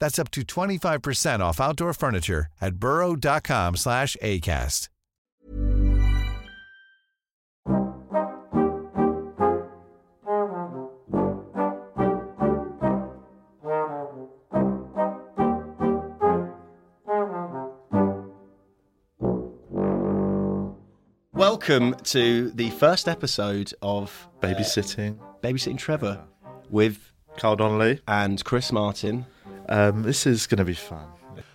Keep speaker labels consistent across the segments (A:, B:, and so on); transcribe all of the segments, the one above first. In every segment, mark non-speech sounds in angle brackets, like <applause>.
A: That's up to 25% off outdoor furniture at burrow.com slash ACAST.
B: Welcome to the first episode of
C: babysitting
B: Babysitting Trevor with
C: Carl Donnelly.
B: and Chris Martin.
C: Um, this is going to be fun.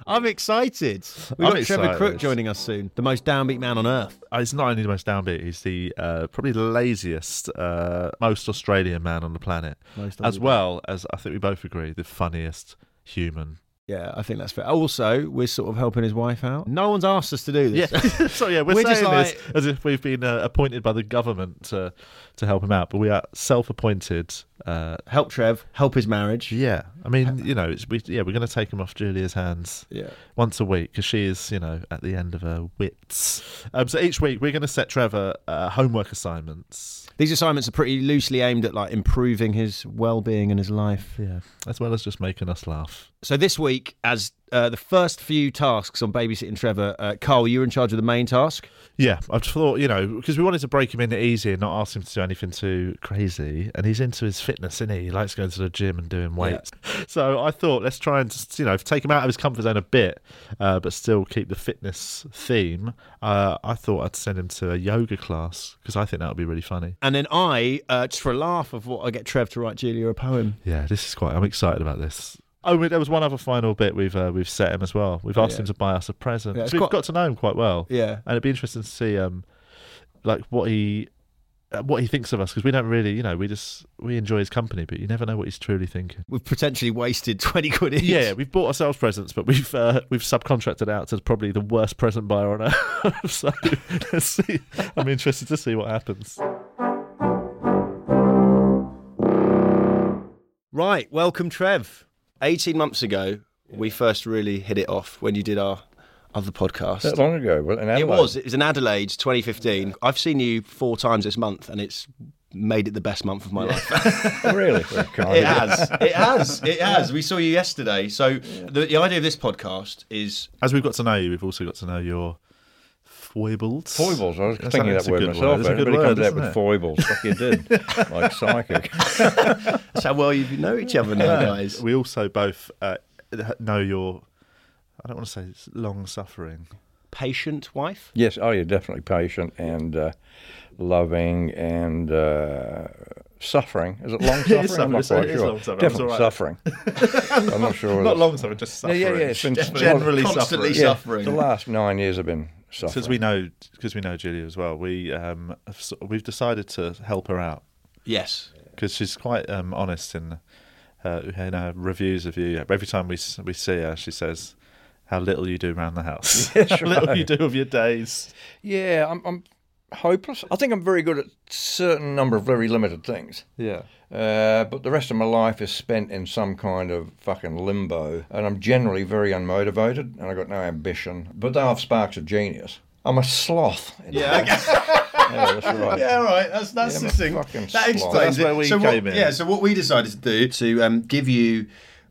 B: I'm excited. We've
C: I'm
B: got Trevor Crook
C: excited.
B: joining us soon, the most downbeat man on earth.
C: Uh, He's not only the most downbeat, he's the uh, probably the laziest, uh, most Australian man on the planet,
B: Most
C: as well as I think we both agree the funniest human.
B: Yeah, I think that's fair. Also, we're sort of helping his wife out. No one's asked us to do
C: Yeah, <laughs>
B: this.
C: so yeah, we're,
B: We're just
C: saying
B: like-
C: this as if we've been uh, appointed by the government to to help him out, but we are self-appointed. Uh,
B: Help Trev, help his marriage.
C: yeah, I mean, you know, it's, we, yeah, we're going to take him off Julia's hands.
B: Yeah.
C: once a week because she is, you know, at the end of her wits. Um, so each week we're going to set Trevor uh, homework assignments,
B: These assignments are pretty loosely aimed at like improving his well-being and his life.
C: yeah, as well as just making us laugh.
B: So this week, as uh, the first few tasks on babysitting Trevor, uh, Carl, you're in charge of the main task.
C: Yeah, I just thought, you know, because we wanted to break him in easy and not ask him to do anything too crazy, and he's into his fitness, isn't he? He likes going to the gym and doing weights. <laughs> So I thought, let's try and just, you know, take him out of his comfort zone a bit, uh, but still keep the fitness theme. Uh, I thought I'd send him to a yoga class because I think that would be really funny.
B: And then I, uh, just for a laugh of what I get Trev to write Julia a poem.
C: Yeah, this is quite. I'm excited about this. Oh, wait, there was one other final bit we've uh, we've set him as well. We've asked
B: Yeah.
C: him to buy us a present.
B: Yeah,
C: So
B: it's
C: we've
B: quite-
C: got to know him quite well,
B: Yeah.
C: and it'd be interesting to see um like what he uh, what he thinks of us because we don't really, you know, we just we enjoy his company, but you never know what he's truly thinking.
B: We've potentially wasted <laughs> 20 quid each.
C: Yeah, we've bought ourselves presents, but we've uh, we've subcontracted out to probably the worst present buyer on <laughs> earth. so let's see. I'm interested to see what happens.
B: Right. Welcome, Trev. 18 months ago, we first really hit it off when you did our other podcast.
D: That long ago, well, an
B: It
D: hour.
B: was. It was in Adelaide 2015. I've seen you four times this month, and it's made it the best month of my life.
C: <laughs>
D: really.
B: It has. It has. It has. We saw you yesterday. So the, the idea of this podcast is
C: As we've got to know you, we've also got to know your foibles.
D: Foibles. I was
C: That's-
D: thinking of
C: that's
D: that
C: a
D: word
C: good
D: myself.
C: That's a good
D: Everybody
C: word,
D: comes out
C: isn't
D: with
C: it?
D: foibles, like you did,
C: <laughs>
D: like psychic.
B: that's how well you know each other now, guys.
C: We also both uh, know your. I don't want to say it's long suffering.
B: Patient wife.
D: Yes. Oh, you're definitely patient and uh, loving and uh, suffering. Is it long suffering?
C: is
D: I'm not
C: suffering.
D: quite
C: <laughs> It is
D: sure.
C: long suffering.
D: Definitely
C: It's all
D: suffering.
C: <laughs>
D: I'm not sure.
C: Not
D: whether-
C: long suffering, just
D: Yeah,
C: suffering.
D: yeah, yeah. Since
C: Generally
B: Constantly
C: suffering.
D: yeah,
B: suffering.
D: The last nine years have been suffering.
C: Because we know, because we know Julia as well. We um, have sort- we've decided to help her out
B: Yes.
C: because she's quite um, honest in her, in her reviews of you. Every time we s- we see her, she says. How little you do around the
D: <laughs>
C: house. <laughs> How little you do of your days.
D: Yeah, I'm, I'm hopeless. I think I'm very good at certain number of very limited things.
C: Yeah.
D: Uh, but the rest of my life is spent in some kind of fucking limbo, and I'm generally very unmotivated, and I've got no ambition. But they have sparks of genius. I'm a sloth. Yeah, <laughs> yeah, that's right.
B: all right. That's that's
D: Yeah, I'm a fucking slob.
C: That's where we
B: so
C: came
B: what,
C: in.
B: Yeah. So what we decided to do to um, give you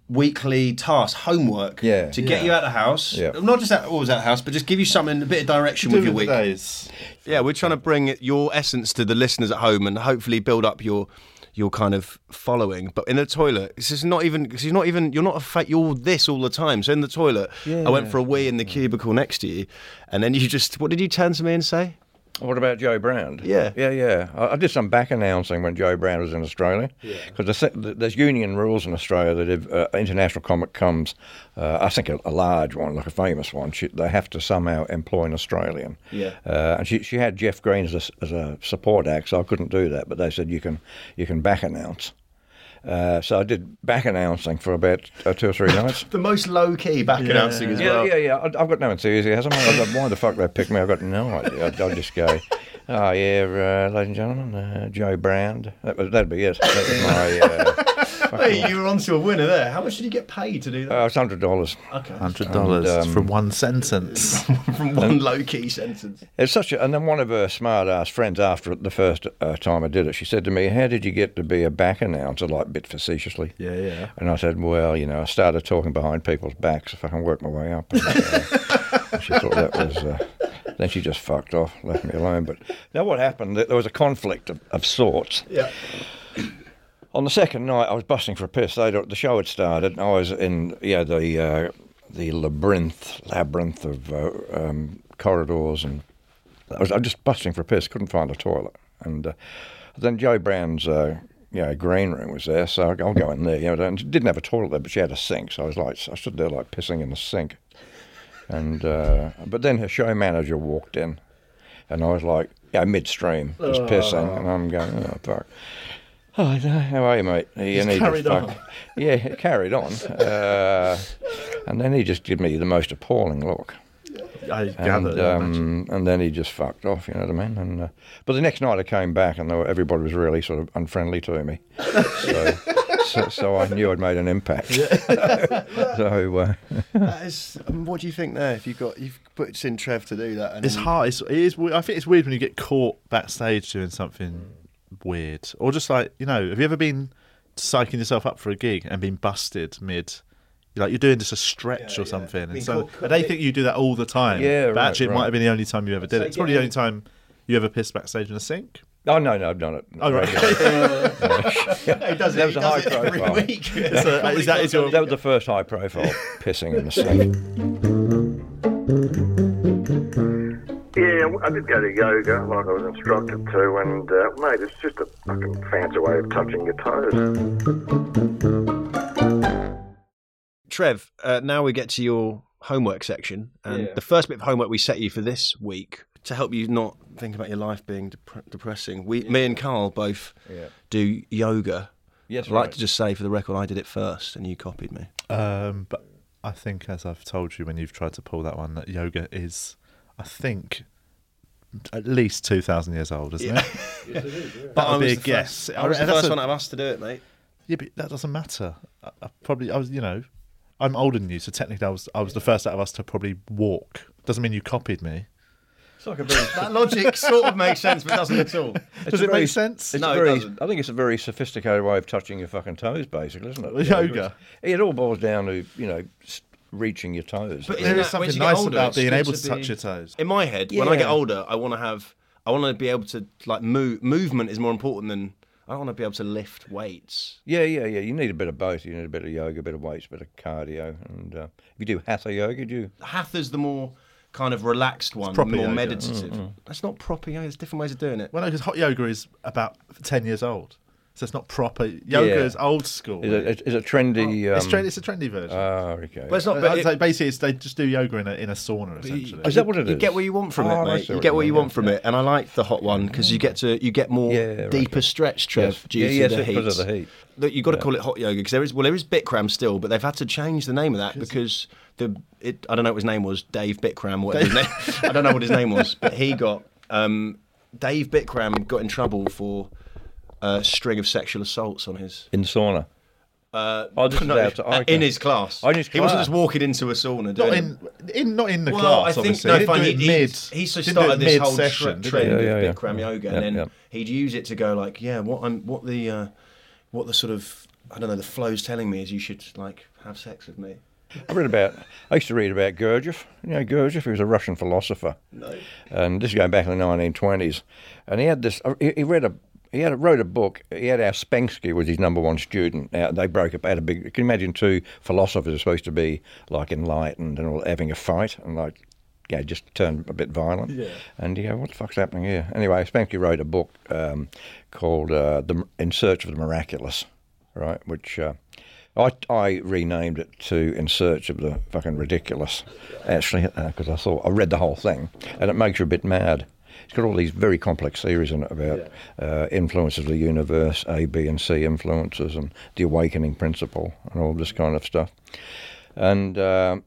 B: weekly tasks, homework.
D: Yeah.
B: To get you out of the house.
D: Yeah.
B: Not just out, always out of the house, but just give you something, a bit of direction with your week.
C: days.
B: Yeah, we're trying to bring your essence to the listeners at home and hopefully build up your you're kind of following. But in the toilet, it's just not even because you're not even you're not a fa- you're this all the time. So in the toilet, I went for a wee in the cubicle next to you, and then you just what did you turn to me and say?
D: What about Joe Brand?
B: Yeah.
D: yeah, yeah. I, I did some back announcing when Joe Brand was in Australia, because there's union rules in Australia that if uh, international comic comes, uh, I think a, a large one, like a famous one, she, they have to somehow employ an Australian.
B: Yeah.
D: Uh, and she, she had Jeff Green as a, s- as a support act, so I couldn't do that. But they said you can you can back announce. Uh, so I did back announcing for about uh, two or three <laughs> nights.
B: The most low key back announcing as
D: Yeah,
B: well.
D: yeah, yeah. I, I've got no enthusiasm. I, I, why the fuck they picked me? I've got no idea. I'd, I'd just go, oh yeah, uh, ladies and gentlemen, uh, Joe Brand. That, was- that'd be it. That was my. Uh, <laughs>
B: <laughs>
E: Hey, you were onto a winner there. How much did you get paid to do that?
D: uh, it's hundred dollars.
E: okay.
C: Hundred dollars
D: And, um,
C: for one
D: <laughs>
C: sentence.
E: From one low key sentence.
D: It's such a, and then one of her smart ass friends after the first uh, time I did it, she said to me, "How did you get to be a back announcer?" Like a bit facetiously.
C: yeah, yeah.
D: And I said, "Well, you know, I started talking behind people's backs if I can work my way up." And, uh, she thought that was. Uh, then she just fucked off, left me alone. But now what happened? There there was a conflict of, of sorts.
E: Yeah.
D: On the second night, I was busting for a piss. They'd, the show had started, and I was in yeah the uh, the labyrinth labyrinth of uh, um, corridors, and I was, I was just busting for a piss. Couldn't find a toilet, and uh, then Joe Brown's. Uh, you know, green room was there, so I'll go in there. You know, and she didn't have a toilet there, but she had a sink, so I was like, I stood there like pissing in the sink. And uh, but then her show manager walked in, and I was like, yeah, midstream, just pissing, and I'm going, oh fuck. Oh, no, how are you, mate? You need to
E: carried on.
D: <laughs> Yeah, he carried on. Uh, and then he just gave me the most appalling look.
C: I
D: And,
C: gather. I imagine.
D: um, and then he just fucked off, you know what I mean? And uh, But the next night I came back and they were, everybody was really sort of unfriendly to me.
C: <laughs>
D: So, so, so I knew I'd made an impact. <laughs> so, uh,
B: <laughs>
D: <laughs>
B: That is, um, what do you think there? If you got you've put in Trev to do that, and
C: It's hard. It's, it is. we- I think it's weird when you get caught backstage doing something weird, or just like you know. Have you ever been psyching yourself up for a gig and been busted mid? Like you're doing just a stretch or something, and so and they think you do that all the time.
D: Yeah,
C: but
D: right,
C: actually, it
D: right.
C: might have been the only time you ever did it. It's probably the only time you ever pissed backstage in a sink.
D: oh, no, no, I've done it.
C: Oh right,
E: He does
D: That
E: it,
D: was
E: he
D: a
E: does
D: high
E: it every
D: profile.
E: week.
C: So,
E: <laughs>
C: is that is your
D: That was the first high profile pissing in the sink.
F: Yeah, I did go to yoga like I was instructed to, and uh, mate, it's just a fucking fancy way of touching your toes.
B: <laughs> Trev, uh, now we get to your homework section, and the first bit of homework we set you for this week to help you not think about your life being dep- depressing. We, me and Carl, both do yoga.
D: Yes,
B: I'd like
D: right.
B: to just say for the record, I did it first, and you copied me.
C: Um, but I think, as I've told you when you've tried to pull that one, that yoga is, I think, at least two thousand years old, isn't
E: <laughs>
C: it? That would be a guess.
B: I was the
C: reckon that's
B: first
C: a-
B: one out of us to do it, mate.
C: Yeah, but that doesn't matter. I, I probably, I was, you know, I'm older than you, so technically, I was, I was the first out of us to probably walk. Doesn't mean you copied me.
E: that logic sort of makes sense, but doesn't at all.
C: Does
D: a
C: it
D: very-
C: make sense?
D: It's
B: No,
D: a
B: it
D: very,
B: doesn't.
D: I think it's a very sophisticated way of touching your fucking toes, basically, isn't
B: <laughs>
D: it?
C: Well,
D: Yeah,
C: yoga.
D: It, it all boils down to you know s- reaching your toes.
E: But
C: There
E: Yeah,
C: is
E: once
C: something
E: you get
C: nice
E: older,
C: about
E: it's
C: being
E: good
C: able
E: to
C: to touch
E: be-
C: your toes.
B: In my head, when I get
D: Yeah.
B: older, I want to have, I want to be able to like move. Movement is more important than I want to be able to lift weights.
D: yeah, yeah, yeah. You need a bit of both. You need a bit of yoga, a bit of weights, a bit of cardio. And uh, if you do hatha yoga, do you?
B: Hatha's the more kind of relaxed one, the
C: proper
B: more
C: yoga. Mm,
B: meditative. That's not proper yoga. There's different ways of doing it.
C: Well, no, because hot yoga is about ten years old, so it's not proper. Yoga
D: Yeah.
C: is old school.
D: Is it, is it trendy? Um,
C: it's, trend, it's a trendy version.
D: Ah, okay.
B: Oh, But it's not.
C: But
B: But it-
C: basically, it's, they just do yoga in a in a sauna essentially.
D: is that what it is?
B: you get what you want from
D: Oh,
B: it,
D: I
B: mate.
D: see
B: You get what you
D: mean,
B: want from it, and I like the hot one because you get to you get more
D: Yeah, right.
B: deeper stretch, Trev,
D: Yes.
B: due
D: Yeah, yes,
B: to the
D: it's
B: heat.
D: because of the heat.
B: Look, you've got to call it hot yoga because there is well, there is Bikram still, but they've had to change the name of that because the it I don't know what his name was, Dave Bikram. Whatever his name, I don't know what his name was, but he got um, Dave Bikram got in trouble for a string of sexual assaults on his.
D: In sauna.
B: Uh,
D: Oh, this
B: <laughs>
D: is
B: no,
D: out- okay.
B: in his class.
D: Oh, in his
B: He wasn't
D: class.
B: just walking into a sauna. Doing
C: not
B: it.
C: in, in not in the
B: Well,
C: class.
B: I think
C: obviously.
B: no,
C: he didn't
B: fine.
C: do
B: He,
C: it
B: he,
C: mid.
B: he so
C: didn't do it
B: started this whole
C: mid-session,
B: session,
C: did
B: trend
C: he?
D: Yeah, yeah, yeah.
B: of Bikram yoga, and then
D: yeah.
B: he'd use it to go like, yeah, what I'm, what the, uh, what the sort of, I don't know, the flow's telling me is you should like have sex with me. <laughs>
D: I read about. I used to read about Gurdjieff. You know, Gurdjieff. He was a Russian philosopher.
B: No.
D: and this is going back in the 1920s. And uh, he had this. He, he read a He had wrote a book. He had our Spensky was his number one student. Now, they broke up. Had a big. Can you imagine two philosophers are supposed to be like enlightened and all having a fight and like. Yeah, just turned a bit violent. Yeah. And you go, what the fuck's happening here? Anyway, Spensky wrote a book um, called uh, the, In Search of the Miraculous, right? Which uh, I, I renamed it to In Search of the Fucking Ridiculous, actually, because I thought I read the whole thing and it makes you a bit mad. It's got all these very complex theories in it about uh, influences of the universe, A, B, and C influences, and the awakening principle, and all this kind of stuff. And uh,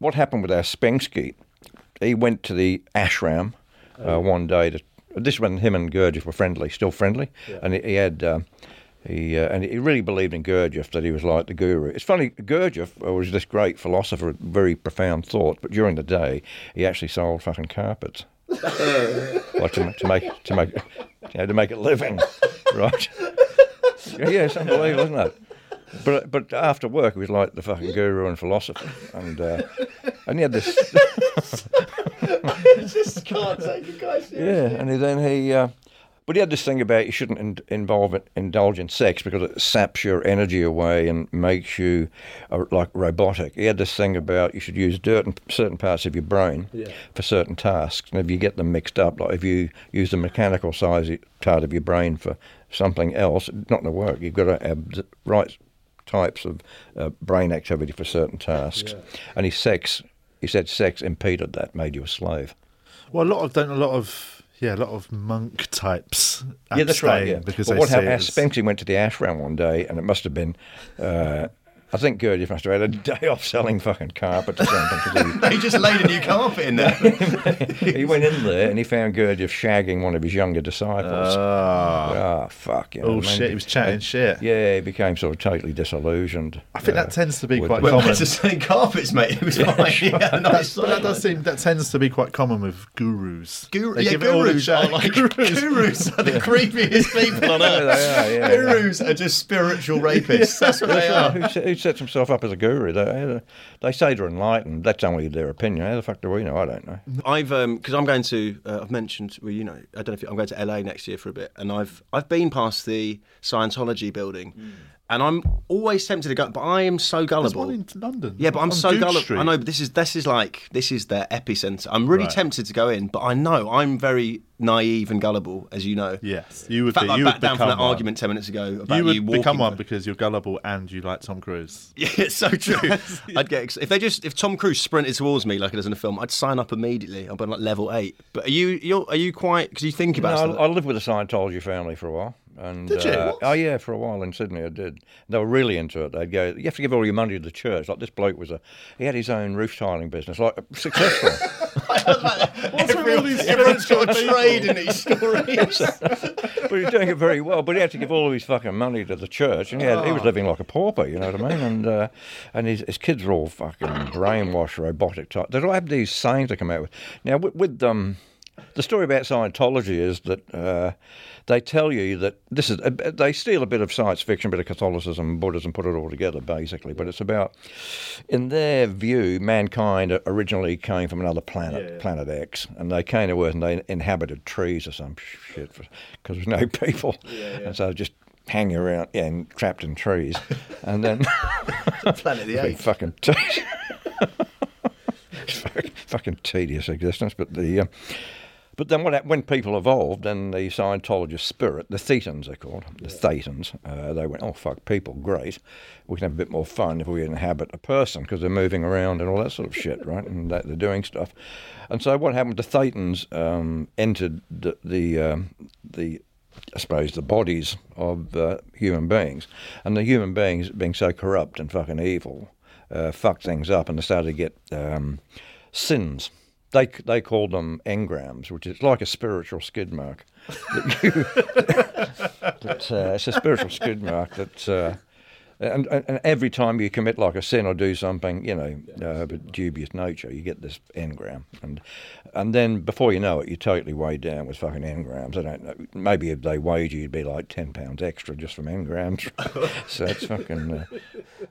D: what happened with our Spensky? He went to the ashram uh, one day. To, this is when him and Gurdjieff were friendly, still friendly, and he, he had. Uh, he, uh, and he really believed in Gurdjieff that he was like the guru. It's funny, Gurdjieff uh, was this great philosopher, of very profound thought, but during the day he actually sold fucking carpets, like to, ma- to make to make you know, to make a living, right? yeah, it's unbelievable, isn't it? But but after work he was like the fucking guru and philosopher, and uh, and he had this
G: just can't take a guy seriously.
D: Yeah, and he- then he, uh, but he had this thing about you shouldn't in, involve it, indulge in sex because it saps your energy away and makes you uh, like robotic. He had this thing about you should use certain certain parts of your brain for certain tasks, and if you get them mixed up, like if you use the mechanical size part of your brain for something else, it's not going to work. You've got to have the right types of uh, brain activity for certain tasks, and his sex. He said sex impeded that, made you a slave.
C: Well, a lot of don't a lot of yeah, a lot of monk types.
D: Yeah, that's right.
C: abstain
D: Yeah.
C: because
D: But
C: they
D: what
C: see
D: happened?
C: it
D: Our
C: as-
D: Spencer went to the ashram one day, and it must have been. Uh, I think Gurdjieff must have had a day off selling fucking carpet or something. 'cause
E: He just laid a new carpet in there.
C: <laughs>
D: he, he went in there and he found Gurdjieff shagging one of his younger disciples. Ah, fuck. You know,
C: oh
D: man.
C: shit, he was chatting shit.
D: Yeah, he became sort of totally disillusioned. uh,
C: I think that tends to be
D: Would-
C: quite
D: Well,
C: common.
E: Went back to selling carpets, mate. It
B: <laughs>
E: was fine. Yeah, nice.
C: But that does seem that tends to be quite common with gurus.
E: Guru,
C: They
E: yeah,
C: give it all the
E: gurus are
C: chat. <laughs>
E: like gurus. are the creepiest people on
D: Yeah,
E: earth.
D: they are, yeah, yeah.
E: Gurus are just spiritual rapists. That's what they
D: <laughs> Yeah,
E: are.
D: who, se- who sets himself up as a guru? They, they say they're enlightened. That's only their opinion. How the fuck do we know? I don't know.
B: I've because I'm going to uh, I've mentioned well you know I don't know if you- I'm going to LA next year for a bit and I've I've been past the Scientology building and I'm always tempted to go but I am so
C: There's
B: gullible
C: one in London.
B: yeah but I'm
C: on
B: so
C: Duke
B: gullible
C: Street.
B: I know but this is this is like this is their epicenter I'm really
C: Right.
B: tempted to go in but I know I'm very naive and gullible as you know
C: Yes, you
B: in
C: would.
B: fact
C: be,
B: I
C: you
B: backed
C: would
B: down
C: become
B: from that
C: one.
B: argument ten minutes ago about
C: You would
B: walking
C: become one
B: for-
C: because you're gullible and you like Tom Cruise.
B: <laughs> Yeah, it's so true. I'd get ex- if they just if Tom Cruise sprinted towards me like it does in a film, I'd sign up immediately. I'd be like level eight. But are you you're, are you quite because you think about
D: No,
B: stuff.
D: I, I lived with a Scientology family for a while. And,
C: Did you?
D: uh,
C: What?
D: oh yeah, for a while in Sydney I did. They were really into it. They'd go, you have to give all your money to the church. Like this bloke was a, he had his own roof tiling business, like
C: <laughs>
D: successful.
E: Everyone,
B: <laughs>
E: has got a trade in these stories.
D: but he was doing it very well. But he had to give all of his fucking money to the church, and he, had, he
C: Oh.
D: was living like a pauper. You know what I mean? And uh, and his, his kids were all fucking brainwashed, robotic type. They all have these sayings that come out with. Now with, with um. The story about Scientology is that uh, they tell you that this is uh, they steal a bit of science fiction, a bit of Catholicism, Buddhism, put it all together basically. But it's about, in their view, mankind originally came from another planet, planet X, and they came to Earth and they inhabited trees or some shit because there's no <laughs> people, and so just hanging around yeah, and trapped in trees, and then <laughs>
E: Planet of the
D: been <laughs>
E: Apes.
D: fucking te- It's fucking- fucking tedious existence. But the uh, but then what hap- when people evolved and the Scientologist spirit, the Thetans they're called, the Thetans, uh, they went, oh fuck, people, great. We can have a bit more fun if we inhabit a person because they're moving around and all that sort of shit, right? And that they're doing stuff. And so what happened? The Thetans um, entered the the, um, the I suppose, the bodies of uh, human beings. And the human beings, being so corrupt and fucking evil, uh, fucked things up and they started to get um, sins. They, they called them engrams, which is like a spiritual skid mark. That you- that, uh, it's a spiritual skid mark that. Uh, and, and, and every time you commit like a sin or do something, you know, uh, of a dubious nature, you get this engram, and and then before you know it, you're totally weighed down with fucking engrams. I don't know. Maybe if they weighed you, you'd be like ten pounds extra just from engrams. <laughs> so it's fucking. Uh,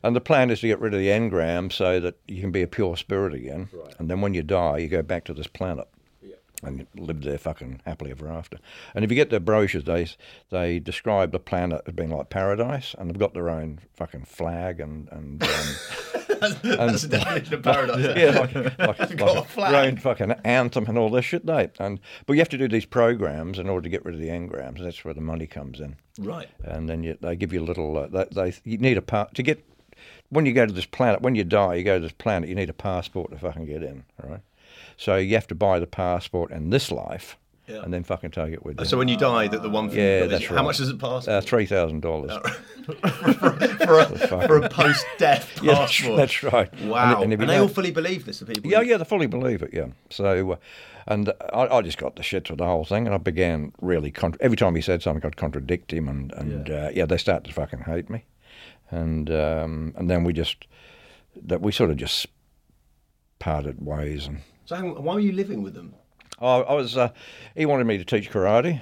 D: and the plan is to get rid of the engram so that you can be a pure spirit again, and then when you die, you go back to this planet. and lived there fucking happily ever after. And if you get their brochures, they they describe the planet as being like paradise, and they've got their own fucking flag and and.
E: <laughs>
D: Um,
E: That's the definition of paradise.
D: Yeah, like, like,
E: They've
D: like
E: <laughs> got a
D: a
E: flag.
D: their own fucking anthem and all this shit, mate. And but you have to do these programs in order to get rid of the engrams. and That's where the money comes in.
E: Right.
D: And then you, they give you a little. Uh, they, they you need a part to get when you go to this planet. When you die, you go to this planet. You need a passport to fucking get in. All right. So you have to buy the passport in this life,
B: Yeah. Oh,
D: and then fucking take it with you.
B: So when you die, that the one thing.
D: yeah,
B: you've got is- Uh,
D: that's
B: How
D: right.
B: much does it pass
D: uh, three thousand dollars.
B: for a, for a post-death
D: <laughs> <laughs> Yeah, that's-
B: passport?
D: that's right.
B: Wow. And,
D: And- and if you
B: they all
D: don't-
B: fully believe this, the people.
D: Yeah, yeah, they fully believe it. Yeah. So, uh, and I, I just got the shit with the whole thing, and I began really contra- every time he said something, I'd contradict him, and and yeah, uh, yeah they started to fucking hate me, and um, and then we just that we sort of just parted ways, and
B: So hang on, why were you living with them?
D: I, I was uh, he wanted me to teach karate,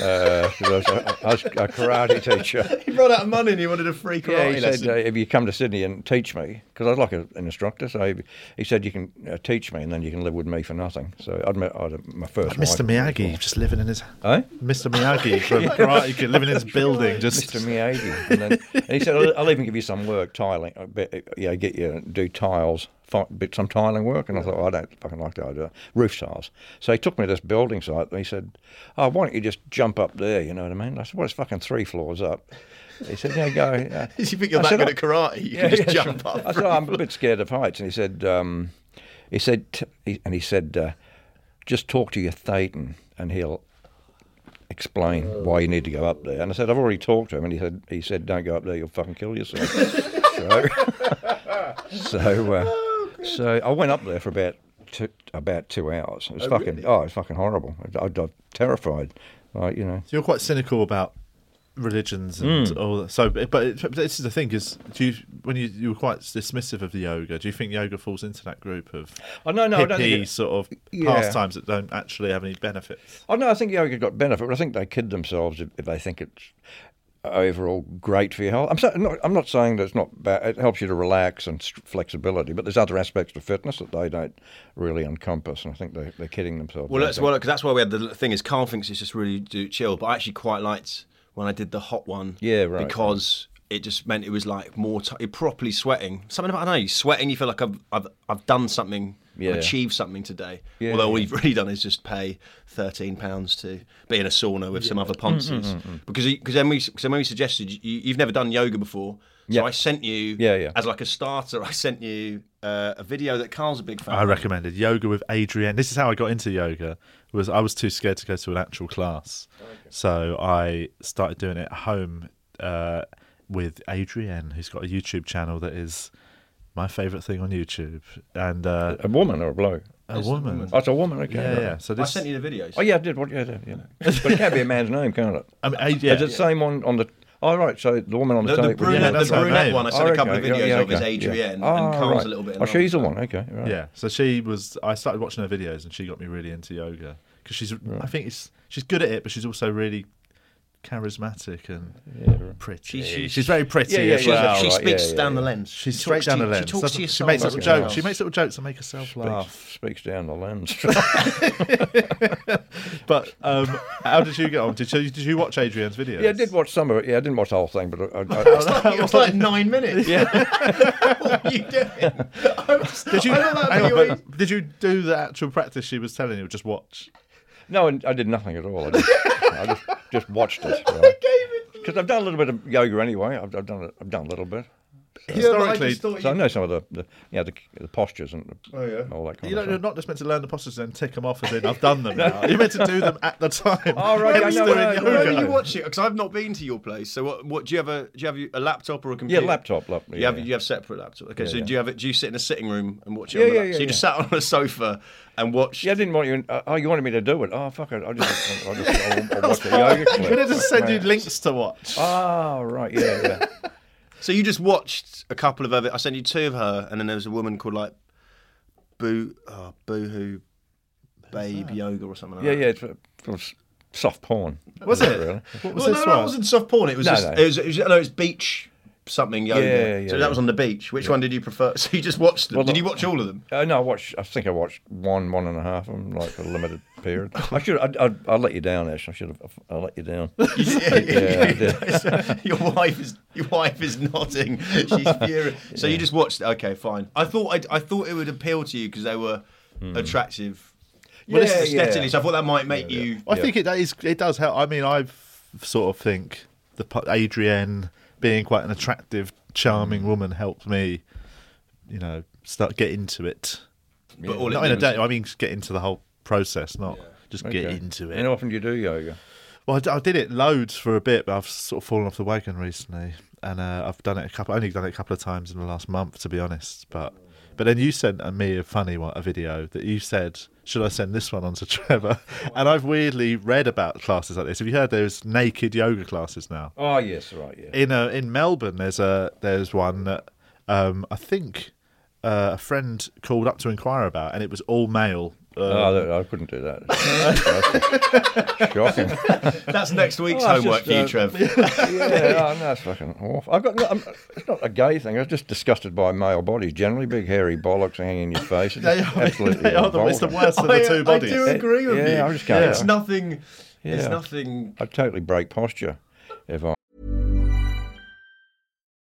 D: uh, 'cause I, was a, I was a karate teacher.
B: He brought out money and he wanted a free karate
D: Yeah, he
B: lesson.
D: said, uh, if you come to Sydney and teach me, because I was like a, an instructor, so he, he said, you can uh, teach me and then you can live with me for nothing. So I'd met I'd, my first
C: Mr.
D: wife-
C: Miyagi just living in his
D: Eh?
C: Mr. Miyagi
D: <laughs>
C: from Karate Kid living in his building. Just <laughs>
D: Mr. Miyagi. And, then, and he said, I'll, I'll even give you some work, tiling. I bet, yeah, get you, do tiles, fi- bit some tiling work. And I thought, "Oh, I don't fucking like the idea. Roof tiles. So he took me to this building site and he said, Oh, why don't you just jump up there? You know what I mean? I said, Well, it's fucking three floors up. He said, Yeah, go. Uh,
B: you think you're
D: I
B: that
D: said,
B: good
D: "I-
B: at karate? You can
D: Yeah,
B: just
D: yeah,
B: jump
D: sure.
B: up.
D: I said, I'm a bit scared of heights. And he said, um, he said, t- he, and he said, uh, just talk to your Thetan and he'll explain why you need to go up there. And I said, I've already talked to him. And he said, he said, don't go up there. You'll fucking kill yourself. so, <laughs> so, uh, so I went up there for about two, about two hours. It was fucking, oh, it was fucking horrible. I, I, I terrified. Like, you know,
C: you're quite cynical about religions and
D: Hmm.
C: all that. So, but, but it- but this is the thing: is do you when you you were quite dismissive of the yoga? Do you think yoga falls into that group of
D: Oh, no, no, I
C: hippie
D: don't think it-
C: sort of
D: Yeah.
C: pastimes that don't actually have any benefits?
D: Oh no, I think yoga got benefit, but I think they kid themselves if, if they think it's overall great for your health. I'm, so, not, I'm not saying that it's not bad. It helps you to relax and st- flexibility, but there's other aspects to fitness that they don't really encompass, and I think they, they're kidding themselves.
B: Well,
D: They
B: that's
D: think-
B: well, 'cause that's why we had the l- thing is Carl thinks it's just really do chill, but I actually quite liked when I did the hot one.
D: Yeah, right.
B: Because it just meant it was like more t- you're properly sweating. Something about I don't know you sweating. You feel like I've I've, I've done something, I've
D: Yeah.
B: achieved something today.
D: Yeah,
B: Although all
D: yeah.
B: you've really done is just pay thirteen pounds to be in a sauna with some other ponces.
D: Mm,
B: Because because then we cause then when we suggested you, you've never done yoga before. So
D: Yeah.
B: I sent you
D: Yeah, yeah.
B: as like a starter. I sent you uh, a video that Carl's a big fan.
C: I
B: of.
C: recommended yoga with Adrienne. This is how I got into yoga. Was I was too scared to go to an actual class, so I started doing it at home uh, with Adrienne, who's got a YouTube channel that is my favorite thing on YouTube, and uh,
D: a woman or a bloke.
C: a woman.
D: Oh, it's a woman. Okay.
C: Yeah,
D: right.
C: yeah. So
B: I
C: this.
B: sent you the videos.
D: Oh yeah, I did. What? Yeah, I did, yeah. but it can't be a man's name, can't it?
C: I mean, I- yeah.
D: Is it the same one on the? Oh right, so the woman on the,
B: The, the
D: tape. was-
B: brunette,
C: Yeah,
B: the
C: that's what I
B: brunette
C: mean.
B: one. I
D: Oh,
B: saw a couple of
D: okay,
B: videos
D: yeah,
B: of is
D: okay,
B: Adrienne and
D: Oh,
B: Carl's
D: right.
B: a little bit.
D: Oh,
B: annoyed.
D: she's the one. Okay. Right.
C: Yeah. So she was. I started watching her videos, and she got me really into yoga because she's. I think it's. She's good at it, but she's also really charismatic and
B: She-
C: pretty.
B: she-
C: she's very pretty
D: Yeah, yeah,
C: as
B: She,
C: well.
B: she
D: right,
B: speaks
D: yeah, yeah,
B: down the
D: yeah.
B: lens.
C: She's
B: She
C: straight
B: talks
C: down
B: to-
C: the lens.
B: She talks to
C: She
B: yourself.
C: makes
B: as
C: little
B: well.
C: jokes. She makes little jokes to make herself laugh.
D: Laugh speaks down the lens. <laughs>
C: But um, how did you get on? Did you did you watch Adrian's videos?
D: yeah,
C: <laughs>
D: I did watch some of it. Yeah, I didn't watch the whole thing, but I, I,
C: Oh,
D: I,
B: It was like nine minutes. Yeah. what were you doing? <laughs> I was,
C: Did you?
B: I love that
C: hang on,
B: video. where
C: but did you do the actual practice she was telling you? Just watch.
D: No, and I did nothing at all. I just, I just, just watched it. Because I've done a little bit of yoga anyway. I've, I've done it. I've done a little bit.
E: Yeah, but I
C: Historically-
E: just thought
D: So I
E: you...
D: know some of the, the you know, the, the postures and the,
E: Oh, yeah.
D: all that kind
C: You know,
D: of stuff.
C: you're not just meant to learn the postures and tick them off as in
B: <laughs>
C: I've done them. now. You're meant to do them at the time.
D: Oh, right, yeah, I
C: Everyone's
D: know,
C: doing
D: yeah,
C: yoga.
D: yeah,
B: where
D: yeah.
B: were you watching? Because I've not been to your place. So what? What do you have? A do you have a laptop or a
D: yeah,
B: computer?
D: laptop, laptop.
B: You have you have separate laptop. Okay, so
D: yeah.
B: do you have it? Do you sit in a sitting room and watch it?
D: Yeah,
B: on the
D: yeah,
B: lap-
D: yeah,
B: So you just sat on a sofa and watched.
D: Yeah, I didn't want you. Uh, oh, you wanted me to do it. Oh, fuck it. I just, I just, I'll, I'll watch a yoga clip.
C: Could have just send you
D: Right.
C: links to watch.
D: Oh, right. Yeah, yeah.
B: So you just watched a couple of other. I sent you two of her, and then there was a woman called like Boo oh, Boohoo Babe Yoga or something. Like
D: Yeah,
B: that.
D: yeah. It's, uh, it was soft porn.
C: Was it?
D: Really?
C: What was
B: Well, no,
C: this
B: no, it
C: one?
B: wasn't soft porn. It was
D: No,
B: just
D: no.
B: It was, it was no, it's beach something yoga.
D: Yeah, yeah,
B: so
D: yeah.
B: that was on the beach. Which one did you prefer? <laughs> So you just watched them.
D: Well,
B: did
D: the-
B: you watch all of them?
D: Uh, no, I watched. I think I watched one, one and a half of them, like for a
C: <laughs>
D: limited period. I should. I, I, I let you down, Ash. I should have. I let
C: <laughs>
D: you down.
B: yeah, <laughs>
D: I did. <laughs>
B: your wife is your wife is nodding. She's furious. So you just watched it. Okay, fine. I thought I'd, I thought it would appeal to you because they were attractive. Well, this
D: Hmm. Yeah,
B: is aesthetically,
D: yeah.
B: so I thought that might make you.
C: I think it is. It does help. I mean, I sort of think the pu- Adrienne being quite an attractive, charming woman helped me, you know, start get into it.
B: But all it
C: not in a
B: did was-
C: day. I mean, just get into the whole process, not just get
D: Okay.
C: into
D: And
C: it.
D: how often do you do yoga?
C: Well, I d- I, did it loads for a bit, but I've sort of fallen off the wagon recently, and uh, I've done it a couple. Only done it a couple of times in the last month, to be honest. But but then you sent a- me a funny one, a video that you said, "Should I send this one on to <laughs> Trevor?" And I've weirdly read about classes like this. Have you heard there's naked yoga classes now?
D: Oh yes, right. Yeah.
C: in uh in Melbourne, there's a there's one that um, I think uh, a friend called up to inquire about, and it was all male. Uh,
D: Oh, no, I couldn't do that.
C: <laughs>
D: Shocking.
B: <laughs> That's next week's
D: Oh, that's
B: homework
D: just,
B: for you,
D: uh,
B: Trev.
D: yeah, oh, no, it's fucking awful. I've got. No, I'm, it's not a gay thing. I'm just disgusted by male bodies generally. Big hairy bollocks hanging in your face.
C: <laughs>
D: It's
C: they
D: just
C: are,
D: absolutely.
C: they are the, it's the
D: revolting.
C: worst of the two
B: Oh. I, I
C: bodies.
B: do agree with
D: Yeah,
B: you.
D: I just can't-
B: It's
D: Yeah.
B: nothing. It's
D: Yeah.
B: nothing.
D: I'd totally break posture if I.